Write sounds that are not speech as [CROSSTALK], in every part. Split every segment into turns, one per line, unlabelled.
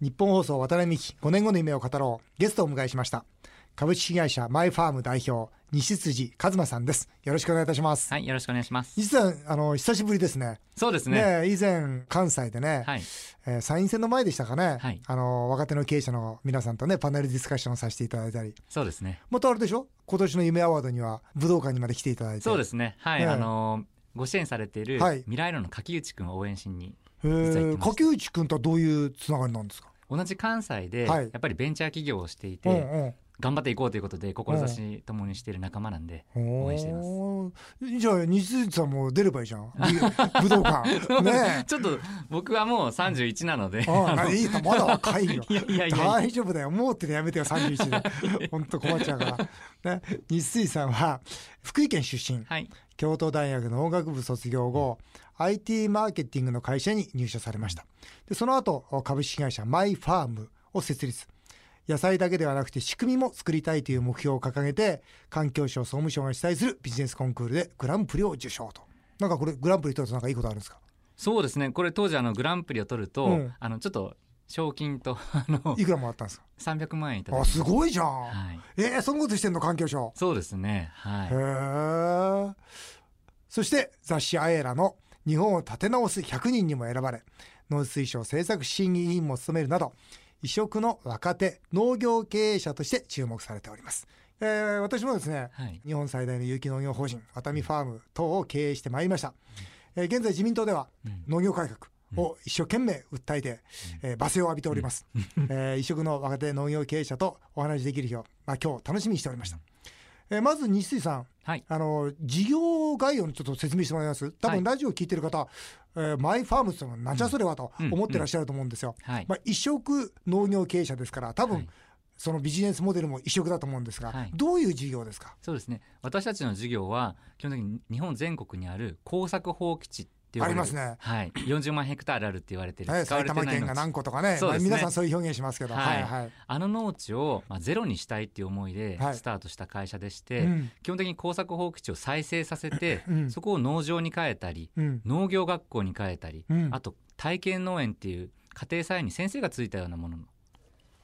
日本放送渡辺美希5年後の夢を語ろうゲストをお迎えしました株式会社マイファーム代表西辻和馬さんですよろしくお願いいたします
はい、よろしくお願いします。
実はあの久しぶりですね
そうですね。
ね以前関西でね、
はい。
えー参院選の前でしたかね、
はい
あの若手の経営者の皆さんとねパネルディスカッションをさせていただいたり
そうですね。
またあれでしょ今年の夢アワードには武道館にまで来ていただいて
そうですね。はい、
ね
あのーご支援されている
はい
未来路の柿内くんを応援しに、
へー
実は行ってました
柿内君とはどういうつながりなんですか、
同じ関西で、
はい
やっぱりベンチャー企業をしていて、
うん
頑張っていこうということで、志ともにしている仲間なんで、
うん
応援しています
おーじゃあ西辻さんも出ればいいじゃ
[LAUGHS]
ん武道館ね
ちょっと僕はもう31なので、
えうん
[LAUGHS]
あいいなまだ若いよ
いやいやいや、
大丈夫だよもうってやめてよ31で
[LAUGHS]
本当困っちゃうから、ね、西水さんは福井県出身
はい、
京都大学の音楽部卒業後 IT マーケティングの会社に入社されましたでその後株式会社マイファームを設立野菜だけではなくて仕組みも作りたいという目標を掲げて環境省総務省が主催するビジネスコンクールでグランプリを受賞となんかこれグランプリ取るとなんかいいことあるんですか
そうですね。これ当時あのグランプリを取ると、
うん
あのちょっと賞金と [LAUGHS] あの
いくらもらったんですか
300万円いただい
あ
て、
すごいじゃん、
はい、
えー、そんなことしてんの環境省
そうですね。はい。
へえそして雑誌「アエラの「日本を立て直す100人」にも選ばれ農水省政策審議委員も務めるなど異色の若手農業経営者として注目されております、えー私もですね
はい。
日本最大の有機農業法人熱海ファーム等を経営してまいりました、えー現在自民党では
うん
農業改革を一生懸命訴えて、えー罵声を浴びております、えー異色の若手農業経営者とお話しできる日を、まあ、今日楽しみにしておりました、えーまず西井さん
はい。
あの事業概要にちょっと説明してもらいます多
は
分
い
ラジオを聞いてる方、えーマイファームってのはなんじゃそれはと
うん
思ってらっしゃると思うんですよ、
はい。
まあ、一色農業経営者ですから多分、
はい
そのビジネスモデルも一色だと思うんですが、
はい
どういう事業ですか
そうですね私たちの事業は基本的に日本全国にある耕作放棄地っていう
ありますね
はい、40万ヘクタールあるって言われてる、
ね
使わ
埼
れて
玉
ない
県
農
が
地
何個とかね
そうですね
まあ、皆さんそういう表現しますけど、は
はいい
はい
あの農地を、まあ、ゼロにしたいっていう思いで
はい
スタートした会社でして、
うん
基本的に耕作放棄地を再生させて、
うん
そこを農場に変えたり
うん
農業学校に変えたり、
うん
あと体験農園っていう家庭菜園に先生がついたようなものの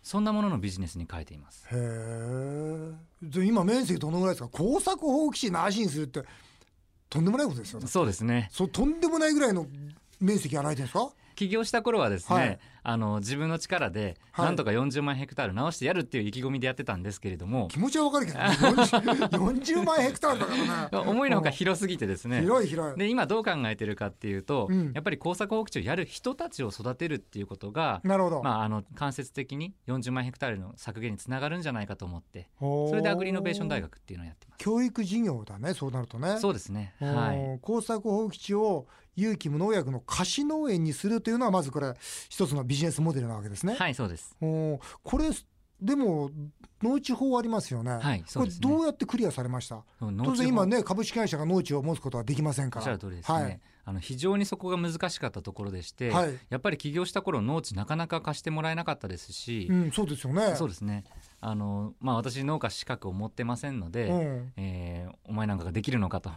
そんなもののビジネスに変えています。
へえで今面積どのぐらいですか耕作放棄地なしにするってとんでもないことですよね
そうですね
そうとんでもないぐらいの面積やられてるんですか
起業した頃はですね、
はい
あの自分の力で
はい
なんとか40万ヘクタール直してやるっていう意気込みでやってたんですけれども、
気持ちはわかるけど、ね、40, 40万ヘクタールだからね
思いのほか広すぎてです [LAUGHS] ね
広い広い、
で今どう考えてるかっていうと、
うん
やっぱり耕作放棄地をやる人たちを育てるっていうことが、
なるほど、
まあ、あの間接的に40万ヘクタールの削減につながるんじゃないかと思って
そ
それでアグリイノベーション大学っていうのをやってます。
教育事業だねそうなるとね
そうですね、
うん
はい
耕作放棄地を有機無農薬の貸し農園にするというのはまずこれ一つのビジネスモデルなわけですね、
はいそうです
おこれでも農地法ありますよね、
はいそ
こ
う
れ
ですね
どうやってクリアされました
農地
当
法
然今ね株式会社が農地を持つことはできません
お
か
っ
ら
しゃる通りですね、
はい
あの非常にそこが難しかったところでして、
はい
やっぱり起業した頃農地なかなか貸してもらえなかったですし
う、ん、そうですよね
そうですねあの、まあ、私農家資格を持ってませんので、
うん
えーお前なんかができるのかと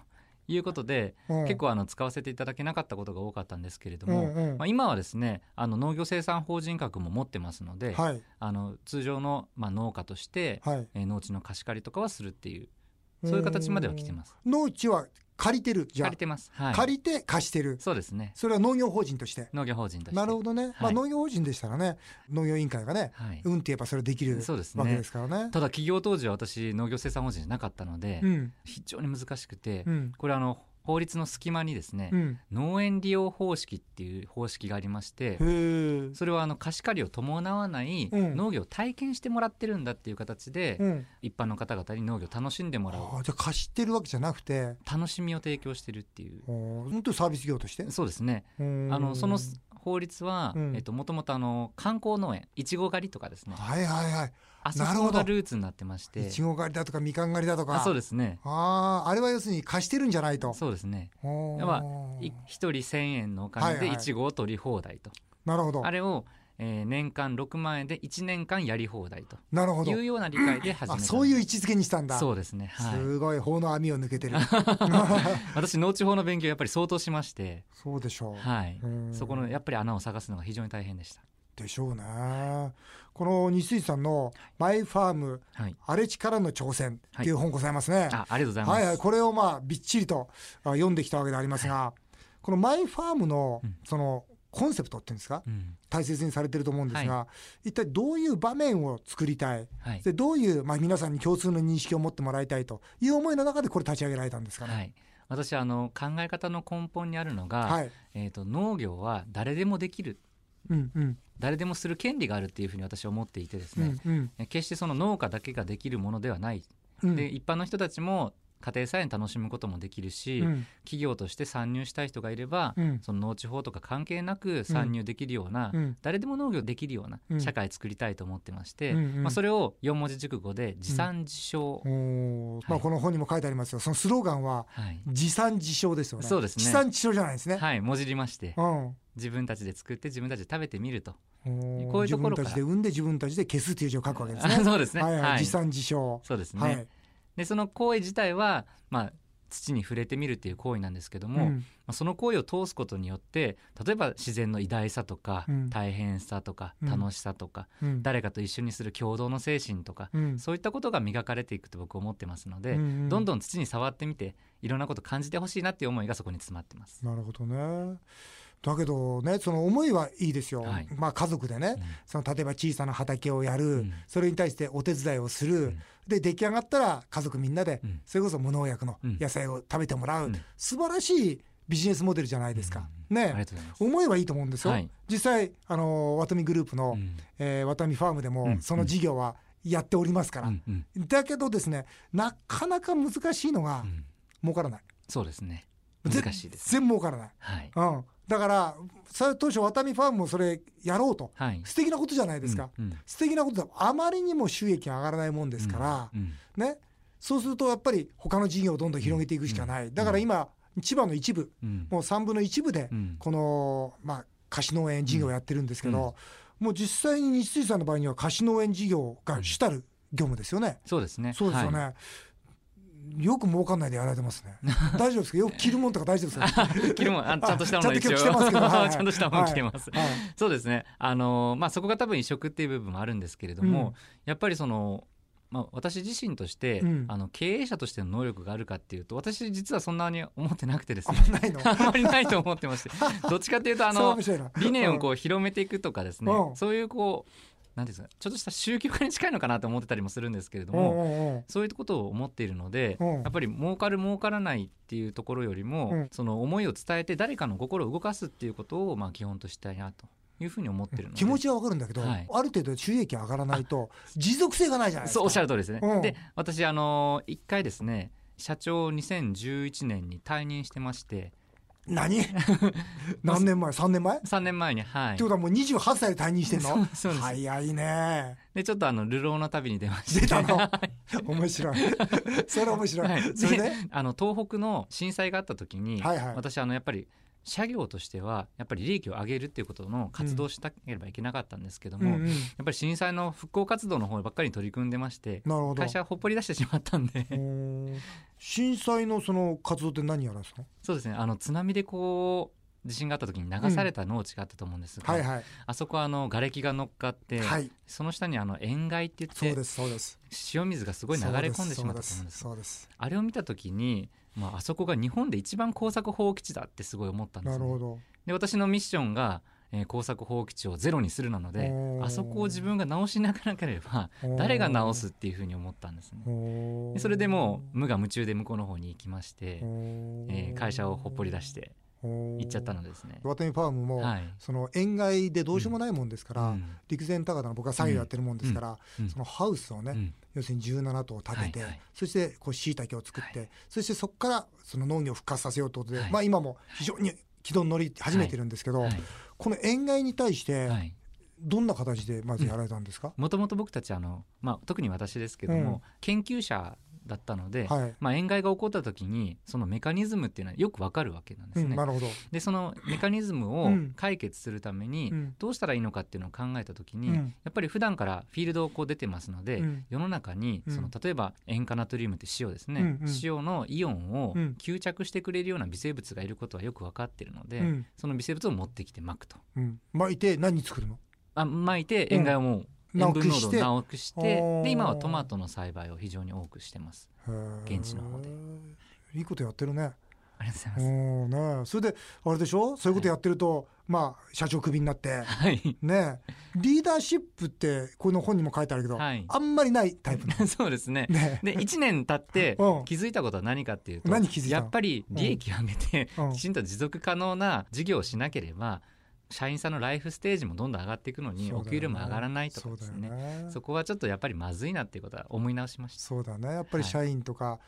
いうことで、
うん
結構あの使わせていただけなかったことが多かったんですけれども、
うんうん
まあ、今はですねあの農業生産法人格も持ってますので、
はい
あの通常の、まあ、農家として、
はい
えー農地の貸し借りとかはするっていうそういう形までは来てます。
うん農地は借りてるじゃあ
借りてます、はい、
借りて貸してる
そうですね
それは農業法人として
農業法人として
なるほどね、ま
は
あ、
い
農業法人でしたらね農業委員会がね
はい、
うんって言えばそれできる
そうですね
わけですからね
ただ起業当時は私農業生産法人じゃなかったので、
うん
非常に難しくて、
うん
これあの法律の隙間にですね、
うん
農園利用方式っていう方式がありまして
へえ
それはあの貸し借りを伴わない
うん
農業を体験してもらってるんだっていう形で、
うん、
一般の方々に農業を楽しんでもらう
ああじゃあ貸してるわけじゃなくて
楽しみを提供してるっていう
おー本当にサービス業として
そうですね
あ
あのその法律は、
うん
えっと、もともとあの観光農園いちご狩りとかですね
はいはいはい
あそ
なるほ
こ
ど
がルーツになってまして
いちご狩りだとかみかん狩りだとか
あそうですね
あーあれは要するに貸してるんじゃないと
そうですね
おー
まあい一人1,000円のお金
はい
で
はい
いちごを取り放題と、
なるほど
あれを、えー年間6万円で1年間やり放題と
なるほ
い
ど
うような理解で始めた
あ
んです
そういう位置づけにしたんだ
そうですね、はい、
すごい法の網を抜け
[LAUGHS]
てる
私農地法の勉強やっぱり相当しまして、
そうでしょう、
はい、
うん
そこのやっぱり穴を探すのが非常に大変でした
でしょうね、この西井さんの「マイ・ファーム
はい。
荒れ地からの挑戦」っていう本ございますね、
あ、ありがとうございます。
はいはい、これをまあびっちりとあ読んできたわけでありますが、このマイファームの
うん
そのコンセプトっていうんですか、
うん。
大切にされてると思うんですが、一体どういう場面を作りたい、
はい。
でどういう、まあ、皆さんに共通の認識を持ってもらいたいという思いの中でこれ立ち上げられたんですか
は
ね。
い。私あの考え方の根本にあるのが、
はい、
えっ、と農業は誰でもできる、
うんうん
誰でもする権利があるっていうふうに私は思っていてです
う
ね。
んうん
え決してその農家だけができるものではない、
うん
で一般の人たちも家庭菜園楽しむこともできるし、
うん
企業として参入したい人がいれば、
うん
その農地法とか関係なく参入できるような、
うん
誰でも農業できるよう
う
なん社会作りたいと思ってまして、
うんうん
まあ、それを4文字熟語で自産自消、
おーま
は
あ、
い
この本にも書いてありますよそのスローガンは
はい
「自産自消」ですよね。
そうですね
自産自消じゃないですね。
はい、もじりまして
うん
自分たちで作って自分たちで食べてみると、
おー
こういうと
自分
ころから。
たちで産んで自分たちで消すっていう字を書くわけですね
[LAUGHS] そうですね、
はいはい
はい
自産自消。
そうですね、
はい。
でその行為自体は、まあ、土に触れてみるっていう行為なんですけども、
うん
まあ、その行為を通すことによって例えば自然の偉大さとか、
うん
大変さとか
うん
楽しさとか、
うん
誰かと一緒にする共同の精神とか、
うん
そういったことが磨かれていくと僕思ってますので、
うんうん
どんどん土に触ってみていろんなこと感じてほしいなっていう思いがそこに詰まってます。
なるほどね。だけどね、その思いはいいですよ。
はい
まあ家族でね、
うん
その例えば小さな畑をやる、
ん
それに対してお手伝いをする、
ん
で出来上がったら家族みんなで、
うん
それこそ無農薬の
うん
野菜を食べてもらう、
うん
素晴らしいビジネスモデルじゃないですか。
あり
ね。
がとうございます。
思いはいいと思うんですよ。
はい
実際、あの、ワトミグループの、
うん
えーワタミファームで
う
も
ん
その事業はやっておりますから、
うんうん
だけどですねなかなか難しいのが
うん
儲からない
そうですね
ぜ
難しいです。
全然儲からない、
はい、
うん、だからさ当初ワタミファームもそれやろうと
はい、
素敵なことじゃないですか、
うんうん
素敵なことだあまりにも収益が上がらないもんですから
う、ん
ねそうするとやっぱり他の事業をどんどん広げていくしかない、
ん
だから今千葉の一部
うん
もう3分の1部で
うん
この、まあ、貸し農園事業をやってるんですけど、もう実際に西水さんの場合には貸し農園事業が主たる業務ですよね。
そうですね。
そうですよね、
はい
よく儲かんないでやられて
[LAUGHS]
ますね。大丈夫ですかよく着るもんとか大丈夫ですか
着るもんあちゃんとしたもの
あちゃんと
一応
着てますけどはいはい
[LAUGHS] ちゃんとしたもの着てます、
はい
そうですねあのーまあそこが多分移植っていう部分もあるんですけれども、
うん
やっぱりそのまあ、私自身として、
うん
あの経営者としての能力があるかっていうと私実はそんなに思ってなくてです
あん
ね
まないの
[LAUGHS] あんまりないと思って
[LAUGHS]
ましてどっちかっていう [LAUGHS] とあ
そう
の
面白いな
理念をこう広めていくとかですね、
うん
そういうこうなんていうんですかちょっとした宗教家に近いのかなと思ってたりもするんですけれど
うん
も、
うん
そういうことを思っているので、
うん
やっぱり儲かる儲からないっていうところよりも、
うん
その思いを伝えて誰かの心を動かすっていうことをまあ基本としたいなというふうに思ってる
う
の
ん
で
気持ちはわかるんだけど、
はい
ある程度収益上がらないと持続性がないじゃないですか。
そうおっしゃる通りですね、
うん
で私あのー一回ですね社長を2011年に退任してまして [LAUGHS]
何何年前 ?3 年前、って
3年前にはい
ことはもう28歳で退任してんの
そうです
早いね。
でちょっとあの流浪の旅に出まして
出
[LAUGHS]
たの面白い。それ面白い。
はい、
それで、
[LAUGHS] あの東北の震災があった時に、
はいはい
私あのやっぱり社業としてはやっぱり利益を上げるっていうことの活動をしなければいけなかったんですけども、
うんう
や
ん
っぱり震災の復興活動の方ばっかりに取り組んでまして
なるほど
会。社をほっぽり出してしまったんで
おー震災のその活動って何やらんですか
そうですねあの津波でこう地震があった時に流された農地があったと思うんですが、
はいはい。
あそこはあの瓦礫が乗っかって、
はい。
その下にあの塩害って
そ
言
う
っ
で
て
す、そうです。
塩水がすごい流れ込んでしまったと思うんです
そうです。
あれを見た時に、まあ、あそこが日本で一番耕作放棄地だってすごい思ったん
そうです
です
なる
よね
ほど。
で私のミッションが、えー耕作放棄地をゼロにするなので
おー
あそこを自分が直しなければ誰が直すっていうふうに思ったんですね
おー
でそれでもう無我夢中で向こうの方に行きまして、
おー
えー会社をほっぽり出して行っちゃったのですね
おーワタミファームも、
はい、
その塩害でどうしようもないもんですから、
うん
陸前高田の僕は作業やってるもんですから、
うん
そのハウスをね、
うん
要するに17棟建てて、
はいはい
そしてこう椎茸を作って、
は
そしてそこからその農業を復活させようということで、
はい
まあ今も非常に軌道に乗り始めてるんですけど、
はい
この塩害に対して
はい
どんな形でまずやられたんですか、
もともと僕たちあの、まあ、特に私ですけども、
うん
研究者だったので、
はい、
まあ、塩害が起こった時にそのメカニズムっていうのはよくわかるわけなん
う
ですね。
ん、なるほど、
でそのメカニズム
う
を
ん
解決するために
うん
どうしたらいいのかっていうのを考えた時に、
うん
やっぱり普段からフィールドをこう出てますので、
うん
世の中に
うん
その例えば塩化ナトリウムって塩ですね、
うんうん
塩のイオンを
うん
吸着してくれるような微生物がいることはよく分かってるので、
うん
その微生物を持ってきてまくと。
うん、巻いて何作るの
あ巻いて塩害を
う
もう
ん
塩分濃
なく
度
して
を多くして
おー
で今はトマトの栽培を非常に多くしてます
へえ
現地の方で
いいことやってるね
ありがとうござ
う
います、
んねそれであれでしょそういうことやってると、まあ社長クビになって
はい
ねリーダーシップってこの本にも書いてあるけど、
はい [LAUGHS]
あんまりないタイプな
そうです [LAUGHS] ね
のね
で1年経って
うん
気づいたことは何かっていうと
何気づいたの
やっぱり利益を上げて、
うん
きちんと持続可能な事業をしなければ社員さんのライフステージもどんどん上がっていくの [LAUGHS] にお給料も上がらないとかですね
そうだよね
そこはちょっとやっぱりまずいなっていうことは思い直しました。
そうだねやっぱり
はい
社員とか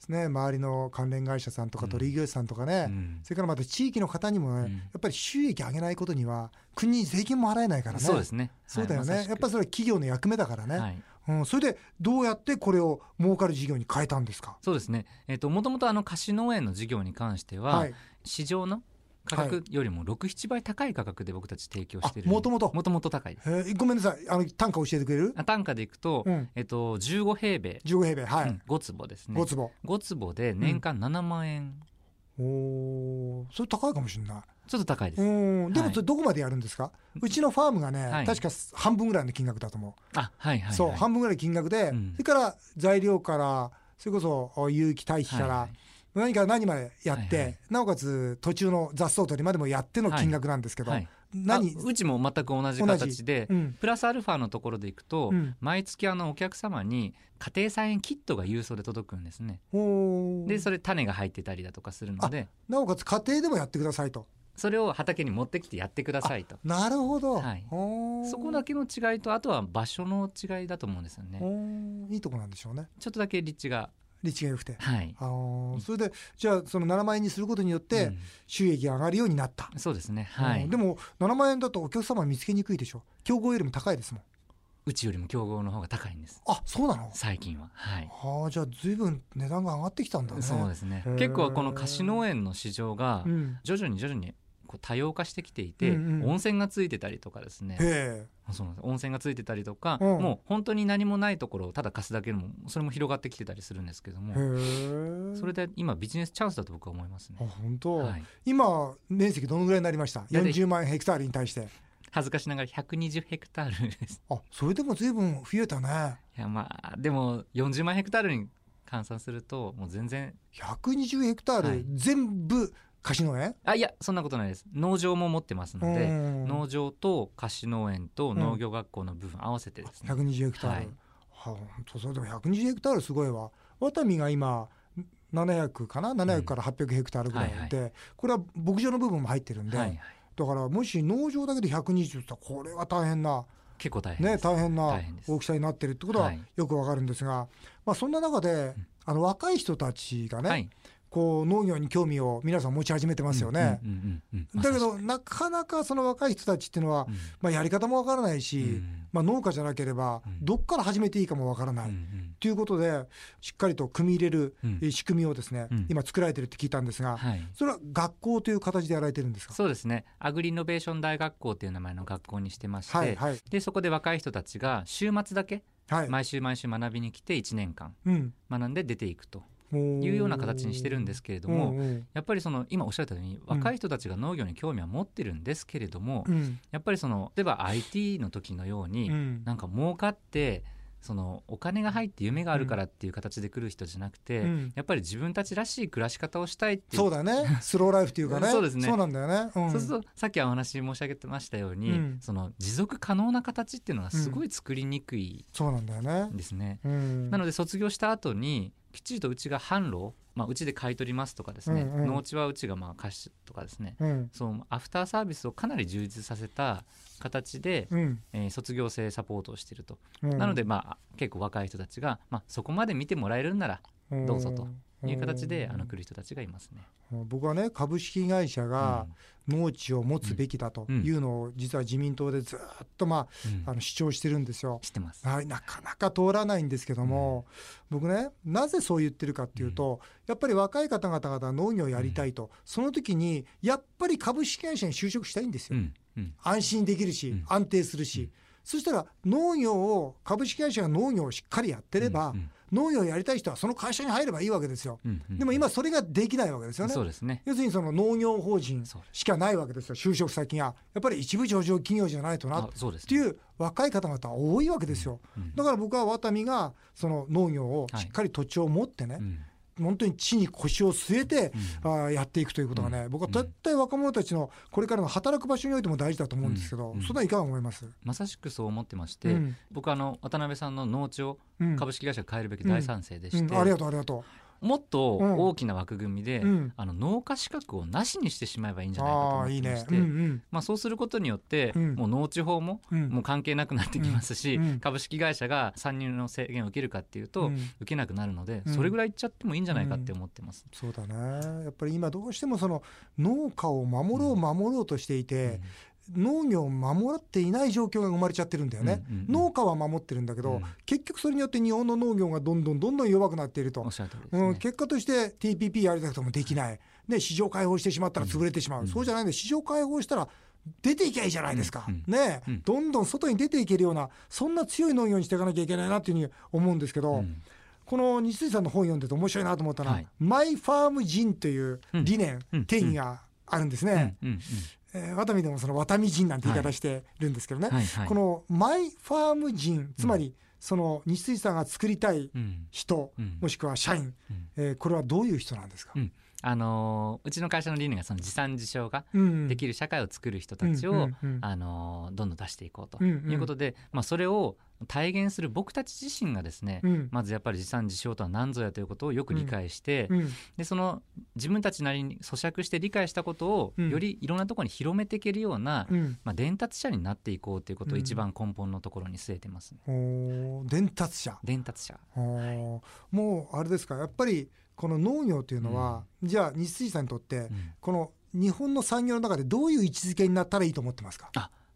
ですね、周りの関連会社さんとか
うん
取引業者さんとかね、
うん
それからまた地域の方にもね、
うん
やっぱり収益上げないことには国に税金も払えないからね
そうですね。
そうだよね、
はい
やっぱりそれは企業の役目だからね、
はい、
うん、それでどうやってこれを儲かる事業に変えたんですか
そうですね。えっ、ともともとあの貸し農園の事業に関しては、
はい、
市場の価格よりも67倍高い価格で僕たち提供している
あ元々
もともと高いです。
えーごめんなさいあの単価教えてくれる、
あ単価でいくと、
うん、
えっ、と15平米、
15平米はい、
うん5坪ですね
5。坪
5坪で年間7万円、
おーそれ高いかもしれない
ちょっと高いです。
うんでも
はい
それどこまでやるんですか、うちのファームがね、
はい
確か半分ぐらいの金額だと思う、
あはいはい、はい。
そう半分ぐらいの金額で、
うん
それから材料からそれこそお有機堆肥から、
はいはい
何から何までやって、
はいはい
なおかつ途中の雑草取りまでもやっての金額なんですけど、
はい、
何
あうちも全く同じ
同じ
形で
うん
プラスアルファのところでいくと、
うん
毎月あのお客様に家庭菜園キットが郵送で届くんですね
おー
でそれ種が入ってたりだとかするので
なおかつ家庭でもやってくださいと
それを畑に持ってきてやってくださいと
なるほど、
はい
おー
そこだけの違いとあとは場所の違いだと思うんですよ
お
ね
ーいいとこなんでしょうね
ちょっとだけ立地が
立地が良くて、
はい
あのーそれでじゃあその7万円にすることによって、収益が上がるようになった
うん、そうですねはい、
う
うん
でも7万円だとお客様見つけにくいでしょ競合よりも高いですもん
ちよりも競合の方が高いんです
あそうなの
最近ははい
ああじゃあ随分値段が上がってきたんだね
そうですね
へー
結構この貸し農園の市場が
うん、
徐々に徐々にこう多様化してきていて、
うんうん
温泉がついてたりとかですね
へえ
そうなんです温泉がついてたりとか、
うん
もう本当に何もないところをただ貸すだけでもそれも広がってきてたりするんですけども、
へえ
それで今ビジネスチャンスだと僕は思います
あ
ね、
本当、
はい、
今面積どのぐらいになりました
大体
40万ヘクタールに対して
恥ずかしながら120ヘクタールです
あそれでも随分増えたね
いやまあでも40万ヘクタールに換算するともう全然
120ヘクター
は
ル
い
全部貸し農園、
あいやそんなことないです農場も持ってますので、
うん
農場と貸し農園と農業学校の部分合わせてですね、
120ヘクタール、
はい
はあ、それでも120ヘクタールすごいわワタミが今700かな700から800ヘクタールぐらいで、
はいはい
これは牧場の部分も入ってるんで、
はいはい
だからもし農場だけで120って言ったらこれは大変な、
結構大変
ね、
です、
大変な
大変です
大きさになってるってことは
はい
よくわかるんですが、まあ、そんな中で
うん
あの若い人たちがね、
はい
こう農業に興味を皆さん持ち始めてますよね。
うんうんうんうん
だけどなかなかその若い人たちっていうのは、
まさしく
まあ、やり方もわからないし、
うんうん
まあ、農家じゃなければ
うん
どっから始めていいかもわからない、
うん
ということでしっかりと組み入れる
うんうん
えー仕組みをですね、
うん
今作られてるって聞いたんですが、
はい、
それは学校という形でやられてるんですか
そうですねアグリノベーション大学校という名前の学校にしてまして、
はいはい
でそこで若い人たちが週末だけ
はい、
毎週毎週学びに来て1年間
うん、
学んで出ていくと
い
いうような形にしてるんですすけれども、
うんうん
やっぱりその今おっしゃったように若い人たちが農業に興味は持ってるんですけれども、
うん
やっぱりその例えば IT の時のように、
うん
なんか儲かってそのお金が入って夢があるからっていう形で来る人じゃなくて、
うん
やっぱり自分たちらしい暮らし方をしたいっていう
そうだ
[LAUGHS]
ねスローライフというかね
そうですね
なんだよね、うん、
そうするとさっきお話申し上げてましたように、
うん
その持続可能な形っていうのがすごい作りにくい
そうなんだよね
ん、ですね。
うん、
な
の
ので卒業した後にきっちりとうちが販路、まあ、うちで買い取りますとかですね、
うんうん
農地はうちがまあ貸しとかですね
うん
そのアフターサービスをかなり充実させた形で、
うん
えー卒業生サポートをしていると、
うん、
なのでまあ結構若い人たちが、まあ、そこまで見てもらえるんならどうぞと
ん
いう形で、あの
うん
来る人たちがいますね。
僕はね株式会社が農地を持つべきだというのを実は自民党でずっとま
うんうん
ああの主張してるんですよ。
知ってます。
はい、なかなか通らないんですけども、僕ねなぜそう言ってるかっていうと、やっぱり若い方々が農業をやりたいと、その時にやっぱり株式会社に就職したいんです
う
よ、
んうん
安心できるし、
うん
安定するし、
うん
そしたら農業を株式会社が農業をしっかりやってれば、
うん
農業やりたい人はその会社に入ればいいわけですよ。
うんうん
でも今それができないわけですよね
そ。うですね
要するにその農業法人
そうです
しかないわけですよ。就職先がやっぱり一部上場企業じゃないとな
あ
っ
そうです
て
ね
いう若い方々は多いわけですよ。
うん
だから僕はワタミがその農業をしっかり土地を持ってね、
うん
本当に地に腰を据えて、
うん
あーやっていくということがね、
うん
僕は絶対若者たちのこれからの働く場所においても大事だと思うんですけど、
うんうん
そんなんいかが思います、
まさしくそう思ってまし
う
て、
ん
僕あの渡辺さんの農地を
うん
株式会社が変えるべき大賛成で
う
して、
ん、ありがとうありがと
もっと大きな枠組みで、
う、うん、
あの農家資格をなしにしてしまえばいいんじゃないかと
あ
思っ
あーい
て
い
ま
ね
し、
う
て、
ん
まあ、そうすることによって、
うん
もう農地法も
うんうん、
もう関係なくなってきますし、
うんうん
株式会社が参入の制限を受けるかっていうと、
うん
受けなくなるので、
うん
それぐらいいっちゃってもいいんじゃないかって思ってます。
そうだねやっぱり今どうしてもその農家を守ろう守ろうとしていて、農業を守っていない状況が生まれちゃってるんだよね、
うんうんうん
農家は守ってるんだけど、
うん
結局それによって日本の農業がどんどんどんどん弱くなっていると
おっしゃる通りですね、
うん、結果として TPP やりたくてもできない、ね、市場開放してしまったら潰れてしまう、
うん
そうじゃないんで市場開放したら出ていきゃいいじゃないですか、
うん
ねえ
うん
どんどん外に出ていけるようなそんな強い農業にしていかなきゃいけないなっていうふうに思うんですけど、
うん
この西井さんの本読んでて面白いなと思ったのは、
はい
マイファーム人という理念、
うんうん
定義があるんですね、
うんうん
えーワタミでもそのワタミ人なんて言い方してるんですけどね、
うんはいはい
このマイファーム人つまりその西井さんが作りたい
うん
人、
うん
もしくは社員、
うん
えーこれはどういう人なんですか、
うんあのーうちの会社の理念がその持参自消が
うん
できる社会を作る人たちを、
うんうんうん
あのーどんどん出していこうと
うんうん
いうことで、まあ、それを体現する僕たち自身がですね、
うん
まずやっぱり持参自消とは何ぞやということをよく理解して、
うん
でその自分たちなりに咀嚼して理解したことを
うん
よりいろんなところに広めていけるような、
うん
まあ、伝達者になっていこうということを
うん
一番根本のところに据えてますね。
おー伝達者
伝達者
おーもうあれですかやっぱりこの農業というのは、じゃあ西井さんにとって、
うん
この日本の産業の中でどういう位置づけになったらいいと思ってますか、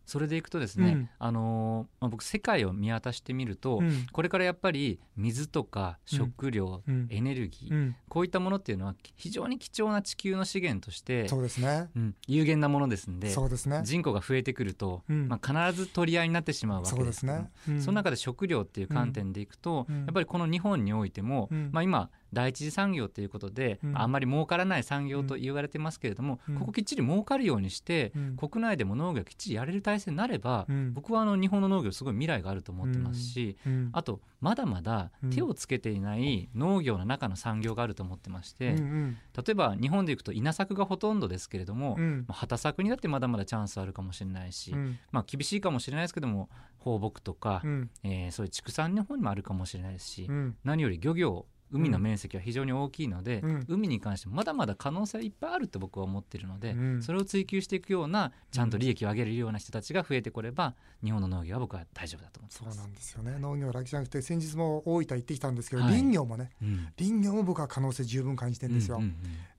それでいくとですね、
うん
あのーまあ、僕世界を見渡してみると、
うん
これからやっぱり水とか食料、
うん
エネルギー、
うん
こういったものっていうのは非常に貴重な地球の資源として、
そうですね
うん有限なものですんで
そうですね
人口が増えてくると、
うん
まあ、必ず取り合いになってしまうわ
そ
け
うで
ですすけども
ね、うん
その中で食料っていう観点でいくと、
うん
やっぱりこの日本においても、
うん
まあ、今第一次産業ということで、
うん
あんまり儲からない産業と言われてますけれども、
うん
ここきっちり儲かるようにして、
うん
国内でも農業をきっちりやれる体制になれば、
うん
僕はあの日本の農業すごい未来があると思ってますし、
うん
あとまだまだ
うん
手をつけていない農業の中の産業があると思ってまして、
うんうん
例えば日本でいくと稲作がほとんどですけれども、
うん
まあ畑作にだってまだまだチャンスあるかもしれないし、
うん
まあ、厳しいかもしれないですけども放牧とか、
うん
えーそういう畜産の方にもあるかもしれないですし、
うん
何より漁業海の面積は非常に大きいので、
うん
海に関してもまだまだ可能性はいっぱいあると僕は思ってるので、
うん
それを追求していくようなちゃんと利益を上げるような人たちが増えてこれば日本の農業は僕は大丈夫だと思って
そう
ま
な
す。
んですよね農業だけじゃなくて先日も大分行ってきたんですけど、
はい
林業もね
うん
林業も僕は可能性十分感じてるんですよ、
うんうん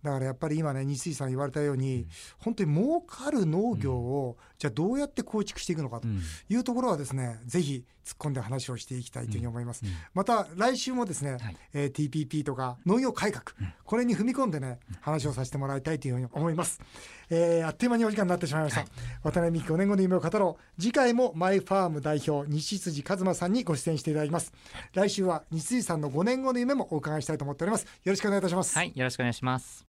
だからやっぱり今ね西井さん言われたように、本当に儲かる農業を、じゃあどうやって構築していくのかと
うんうん
いうところはですねぜひ突っ込んで話をしていきたいというふうに思います、
うん
また来週もですね、
はい
えー TPP とか農業改革、これに踏み込んでね話をさせてもらいたいというふうに思います、えーあっという間にお時間になってしまいました、渡辺美希5年後の夢を語ろう次回もマイファーム代表西辻和馬さんにご出演していただきます来週は西辻さんの5年後の夢もお伺いしたいと思っておりますよろしくお願いいたします
はいよろしくお願いします